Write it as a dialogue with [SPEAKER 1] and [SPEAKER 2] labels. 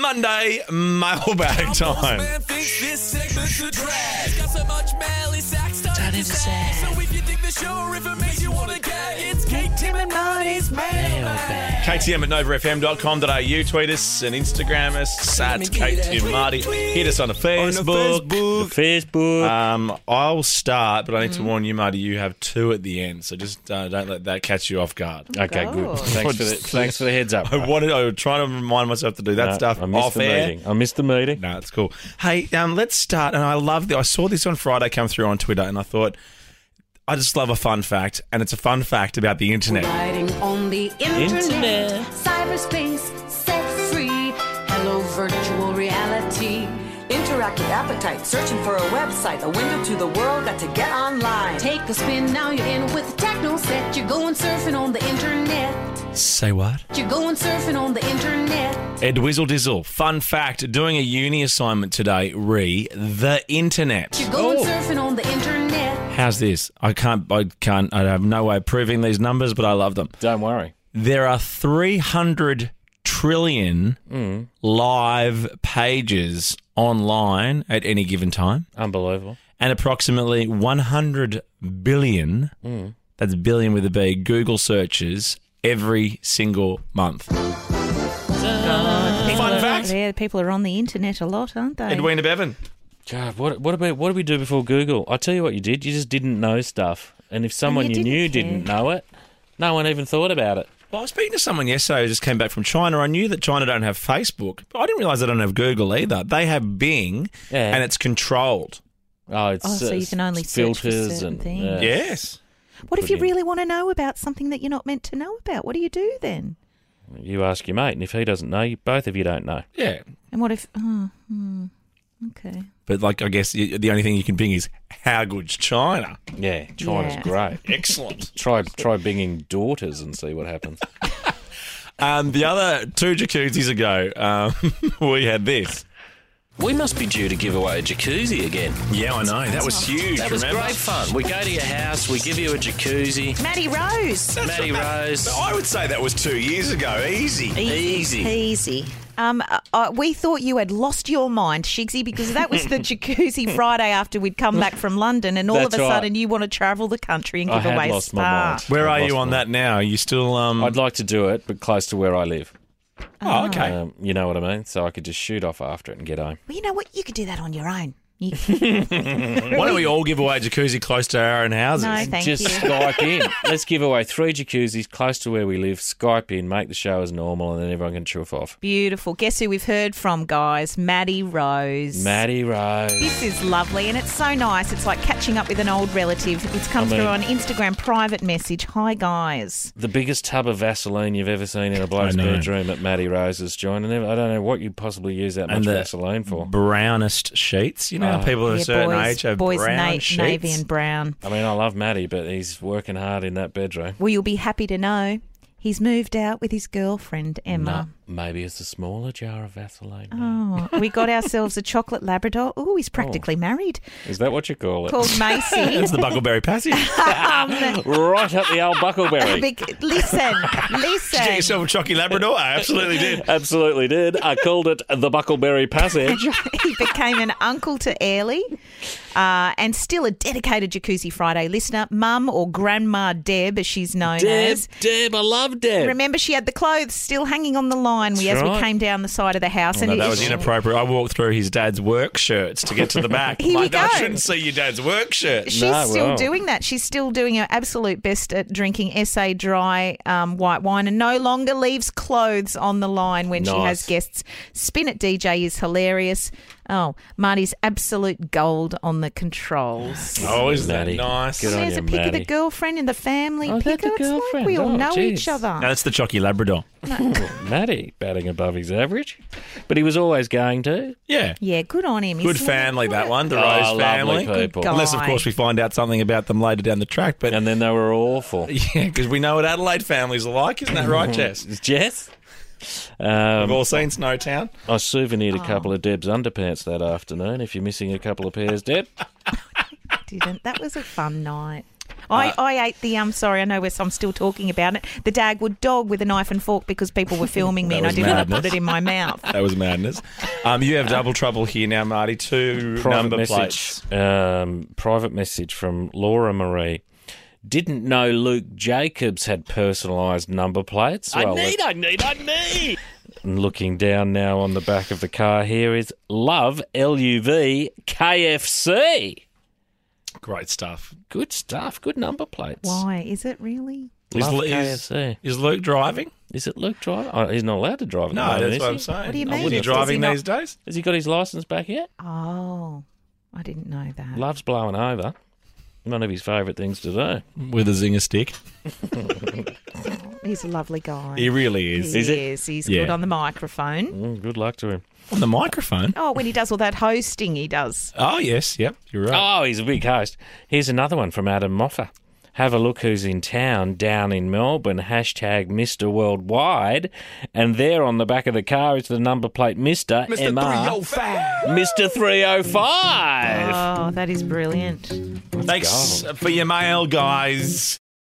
[SPEAKER 1] Monday mailbag time.
[SPEAKER 2] Man thinks this segment's a drag. It's got so much malice, acts starting to sag. So if you think the show or if it makes you want to gag, it's Kate, Tim and Marty's mailbag.
[SPEAKER 1] KTM at novafm.com.au. Tweet us and Instagram us at Kate Tim Marty. Hit us on a Facebook.
[SPEAKER 3] The Facebook. Mm.
[SPEAKER 1] Um, I'll start, but I need to warn you, Marty, you have two at the end, so just uh, don't let that catch you off guard.
[SPEAKER 3] okay, good.
[SPEAKER 4] God.
[SPEAKER 3] Thanks for the thanks for the heads up.
[SPEAKER 1] I wanted, I was trying to remind myself to do that
[SPEAKER 3] No,
[SPEAKER 1] stuff
[SPEAKER 3] I missed
[SPEAKER 1] off
[SPEAKER 3] the
[SPEAKER 1] air.
[SPEAKER 3] meeting. I missed the meeting.
[SPEAKER 1] No, it's cool. Hey, um, let's start. And I love the. I saw this on Friday come through on Twitter, and I thought, I just love a fun fact, and it's a fun fact about the internet.
[SPEAKER 5] Riding on the internet.
[SPEAKER 3] Internet.
[SPEAKER 5] Cyberspace set free. Hello, virtual reality.
[SPEAKER 6] Interactive appetite, searching for a website, a window to the world, got to get online.
[SPEAKER 5] Take a spin, now you're in with the techno set. You're going surfing on the internet.
[SPEAKER 1] Say what?
[SPEAKER 5] You're going surfing on the internet.
[SPEAKER 1] Ed Wizzle Dizzle. Fun fact: doing a uni assignment today. Re the internet.
[SPEAKER 5] You're going surfing on the internet.
[SPEAKER 1] How's this? I can't. I can't. I have no way of proving these numbers, but I love them.
[SPEAKER 3] Don't worry.
[SPEAKER 1] There are three hundred trillion live pages online at any given time.
[SPEAKER 3] Unbelievable.
[SPEAKER 1] and approximately 100 billion, that's billion with a B, Google searches every single month. Fun fact
[SPEAKER 4] Yeah, people are on the internet a lot, aren't they?
[SPEAKER 1] Edwina Bevan.
[SPEAKER 3] God, what what about what did we do before Google? I tell you what you did. You just didn't know stuff, and if someone you
[SPEAKER 4] didn't
[SPEAKER 3] knew
[SPEAKER 4] care.
[SPEAKER 3] didn't know it, no one even thought about it.
[SPEAKER 1] Well, I was speaking to someone yesterday who just came back from China. I knew that China don't have Facebook, but I didn't realize they don't have Google either. They have Bing,
[SPEAKER 3] Yeah.
[SPEAKER 1] and it's controlled.
[SPEAKER 3] Oh, it's,
[SPEAKER 4] Oh, so you
[SPEAKER 3] it's
[SPEAKER 4] can only search
[SPEAKER 3] filters
[SPEAKER 4] for certain
[SPEAKER 3] and
[SPEAKER 4] things.
[SPEAKER 3] yeah.
[SPEAKER 1] Yes.
[SPEAKER 4] what if
[SPEAKER 3] put
[SPEAKER 4] you
[SPEAKER 3] in.
[SPEAKER 4] really want to know about something that you're not meant to know about? What do you do then?
[SPEAKER 3] You ask your mate, and if he doesn't know, you, both of you don't know.
[SPEAKER 1] Yeah.
[SPEAKER 4] And what if? Oh, hmm, okay.
[SPEAKER 1] But, like, I guess y- the only thing you can Bing is how good's China?
[SPEAKER 3] Yeah, China's
[SPEAKER 4] Yeah.
[SPEAKER 3] great.
[SPEAKER 1] Excellent.
[SPEAKER 3] Try try binging daughters and see what happens.
[SPEAKER 1] um, the other two jacuzzis ago, um, we had this.
[SPEAKER 7] We must be due to give away a jacuzzi again.
[SPEAKER 1] Yeah, I know. That was huge.
[SPEAKER 7] That was great fun. We go to your house, we give you a jacuzzi.
[SPEAKER 4] Maddie Rose.
[SPEAKER 7] Matty Rose.
[SPEAKER 1] I would say that was two years ago. Easy.
[SPEAKER 7] Easy.
[SPEAKER 4] Easy. Um, uh, uh, we thought you had lost your mind, Shigsy, because that was the jacuzzi Friday after we'd come back from London, and all
[SPEAKER 3] That's
[SPEAKER 4] of a
[SPEAKER 3] right.
[SPEAKER 4] sudden you want to travel the country and
[SPEAKER 3] I
[SPEAKER 4] give
[SPEAKER 3] had
[SPEAKER 4] away
[SPEAKER 3] lost
[SPEAKER 4] spa.
[SPEAKER 3] my mind.
[SPEAKER 1] Where
[SPEAKER 3] I've
[SPEAKER 1] are you
[SPEAKER 3] lost
[SPEAKER 1] on
[SPEAKER 3] my-
[SPEAKER 1] that now? Are you still um
[SPEAKER 3] I'd like to do it, but close to where I live.
[SPEAKER 1] Oh, okay.
[SPEAKER 3] Um, you know what I mean? So I could just shoot off after it and get home.
[SPEAKER 4] Well, you know what? You could do that on your own. You,
[SPEAKER 1] Why don't we all give away a jacuzzi close to our own houses?
[SPEAKER 4] no, thank
[SPEAKER 3] just
[SPEAKER 4] you.
[SPEAKER 3] Skype in. Let's give away three jacuzzis close to where we live. Skype in, make the show as normal, and then everyone can chuff off.
[SPEAKER 4] Beautiful. Guess who we've heard from, guys? Maddie Rose.
[SPEAKER 3] Maddie Rose.
[SPEAKER 4] This is lovely and it's so nice. It's like catching up with an old relative. It's come
[SPEAKER 3] I mean-
[SPEAKER 4] through on Instagram private message. Hi, guys.
[SPEAKER 3] The biggest tub of Vaseline you've ever seen in a bloke's
[SPEAKER 1] I know.
[SPEAKER 3] bedroom at Maddie Rose's joint. And I don't know what you'd possibly use that much
[SPEAKER 1] the
[SPEAKER 3] Vaseline for.
[SPEAKER 1] brownest sheets. You know, how
[SPEAKER 3] Oh.
[SPEAKER 1] people of a certain
[SPEAKER 4] boys,
[SPEAKER 1] age have
[SPEAKER 4] boys
[SPEAKER 1] brown
[SPEAKER 4] na-
[SPEAKER 1] sheets.
[SPEAKER 4] navy and brown.
[SPEAKER 3] I mean, I love Maddie, but he's working hard in that bedroom.
[SPEAKER 4] Well, you'll be happy to know he's moved out with his girlfriend,
[SPEAKER 3] No,
[SPEAKER 4] Emma.
[SPEAKER 3] maybe it's a smaller jar of Vaseline.
[SPEAKER 4] Oh, we got ourselves a chocolate Labrador. Oh, he's practically married.
[SPEAKER 3] Is that what you call it?
[SPEAKER 4] Called Macy.
[SPEAKER 1] It's the Buckleberry Passage.
[SPEAKER 3] right up the old Buckleberry.
[SPEAKER 4] Bec- listen, listen.
[SPEAKER 1] Get yourself a Chocky Labrador. I absolutely did.
[SPEAKER 3] Absolutely did. I called it the Buckleberry Passage.
[SPEAKER 4] he became an uncle to Airlie uh, and still a dedicated Jacuzzi Friday listener. Mum or Grandma Deb, as she's known
[SPEAKER 3] Deb,
[SPEAKER 4] as.
[SPEAKER 3] Deb, I love Deb.
[SPEAKER 4] Remember, she had the clothes still hanging on the line we,
[SPEAKER 3] That's
[SPEAKER 4] as we
[SPEAKER 3] right. Oh,
[SPEAKER 4] came down the side of the house.
[SPEAKER 1] No, that
[SPEAKER 4] it-
[SPEAKER 1] was inappropriate. I walked through his dad's work shirts to get to the back.
[SPEAKER 4] Here we
[SPEAKER 1] Like, I
[SPEAKER 4] go.
[SPEAKER 1] shouldn't see your dad's work shirt.
[SPEAKER 4] She's
[SPEAKER 3] No,
[SPEAKER 4] still
[SPEAKER 3] well.
[SPEAKER 4] doing that. She's still doing her absolute best at drinking SA dry um, white wine and no longer leaves clothes on the line when she
[SPEAKER 3] Nice.
[SPEAKER 4] has guests. Spin it DJ is hilarious. Oh, Marty's absolute gold on the controls.
[SPEAKER 1] Oh, isn't
[SPEAKER 3] Maddie.
[SPEAKER 1] that nice?
[SPEAKER 3] Good on
[SPEAKER 4] There's
[SPEAKER 3] you,
[SPEAKER 4] a pic of
[SPEAKER 3] Maddie.
[SPEAKER 4] the girlfriend and the family
[SPEAKER 3] Oh, is that
[SPEAKER 4] pic.
[SPEAKER 3] the
[SPEAKER 4] Oh, it's like
[SPEAKER 3] girlfriend?
[SPEAKER 4] we all
[SPEAKER 3] Oh,
[SPEAKER 4] know each
[SPEAKER 3] jeez.
[SPEAKER 4] other.
[SPEAKER 1] Now, that's the Chocky Labrador.
[SPEAKER 3] Matty batting above his average, but he was always going to.
[SPEAKER 1] Yeah.
[SPEAKER 4] yeah, good on him.
[SPEAKER 1] Good
[SPEAKER 4] He's-
[SPEAKER 1] family, that one. The
[SPEAKER 3] Oh,
[SPEAKER 1] Rose
[SPEAKER 3] lovely
[SPEAKER 1] family.
[SPEAKER 3] people.
[SPEAKER 4] Good
[SPEAKER 1] Unless, of
[SPEAKER 4] guy.
[SPEAKER 1] course, we find out something about them later down the track. But
[SPEAKER 3] And then they were awful.
[SPEAKER 1] yeah, because we know what Adelaide families are like, isn't that
[SPEAKER 3] Mm-hmm.
[SPEAKER 1] right, Jess? We've
[SPEAKER 3] Jess? Um,
[SPEAKER 1] all seen Snowtown.
[SPEAKER 3] I souvenired a couple of Deb's underpants that afternoon. If you're missing a couple of pairs, Deb,
[SPEAKER 4] Didn't. That was a fun night.
[SPEAKER 3] Uh,
[SPEAKER 4] I, I ate the. I'm sorry, I know we're, I'm still talking about it. The Dagwood dog with a knife and fork because people were filming me
[SPEAKER 1] That
[SPEAKER 4] and I
[SPEAKER 1] was
[SPEAKER 4] didn't want to
[SPEAKER 1] madness.
[SPEAKER 4] put it in my mouth.
[SPEAKER 1] That was madness. Um, you have double trouble here now, Marty. Two number plates.
[SPEAKER 3] message. Um, private message from Laura Marie. Didn't know Luke Jacobs had personalised number plates.
[SPEAKER 7] I
[SPEAKER 3] Well,
[SPEAKER 7] need, I need, I need.
[SPEAKER 3] and looking down now on the back of the car here is Love L U V K F C.
[SPEAKER 1] Great stuff.
[SPEAKER 3] Good stuff. Good number plates.
[SPEAKER 4] Why? Is it really?
[SPEAKER 1] Is,
[SPEAKER 3] Love
[SPEAKER 1] is,
[SPEAKER 3] KFC.
[SPEAKER 1] is Luke driving?
[SPEAKER 3] Is it Luke driving? Oh, he's not allowed to drive. At the
[SPEAKER 1] No,
[SPEAKER 3] moment,
[SPEAKER 1] that's
[SPEAKER 3] is
[SPEAKER 1] what
[SPEAKER 3] he?
[SPEAKER 1] I'm saying.
[SPEAKER 4] What do you
[SPEAKER 1] Is
[SPEAKER 4] mean?
[SPEAKER 1] he
[SPEAKER 4] Does he
[SPEAKER 1] driving
[SPEAKER 4] not-
[SPEAKER 1] these days?
[SPEAKER 3] Has he got his license back yet?
[SPEAKER 4] Oh, I didn't know that.
[SPEAKER 3] Love's blowing over. One of his favourite things to do.
[SPEAKER 1] With a zinger stick.
[SPEAKER 4] He's a lovely guy.
[SPEAKER 1] He really is.
[SPEAKER 4] He
[SPEAKER 3] Is it?
[SPEAKER 4] is. He's
[SPEAKER 1] Yeah.
[SPEAKER 4] good on the microphone.
[SPEAKER 3] Mm, good luck to him.
[SPEAKER 1] On the microphone.
[SPEAKER 4] Oh, when he does all that hosting, he does.
[SPEAKER 1] Oh, yes. Yep. You're right.
[SPEAKER 3] Oh, he's a big host. Here's another one from Adam Moffa. Have a look who's in town down in Melbourne. Hashtag Mr. Worldwide. And there on the back of the car is the number plate Mr.
[SPEAKER 2] Mr.
[SPEAKER 1] oh
[SPEAKER 3] MR.
[SPEAKER 2] 305.
[SPEAKER 3] Mr. 305.
[SPEAKER 4] Oh, that is brilliant.
[SPEAKER 1] Thanks for your uh, mail, guys.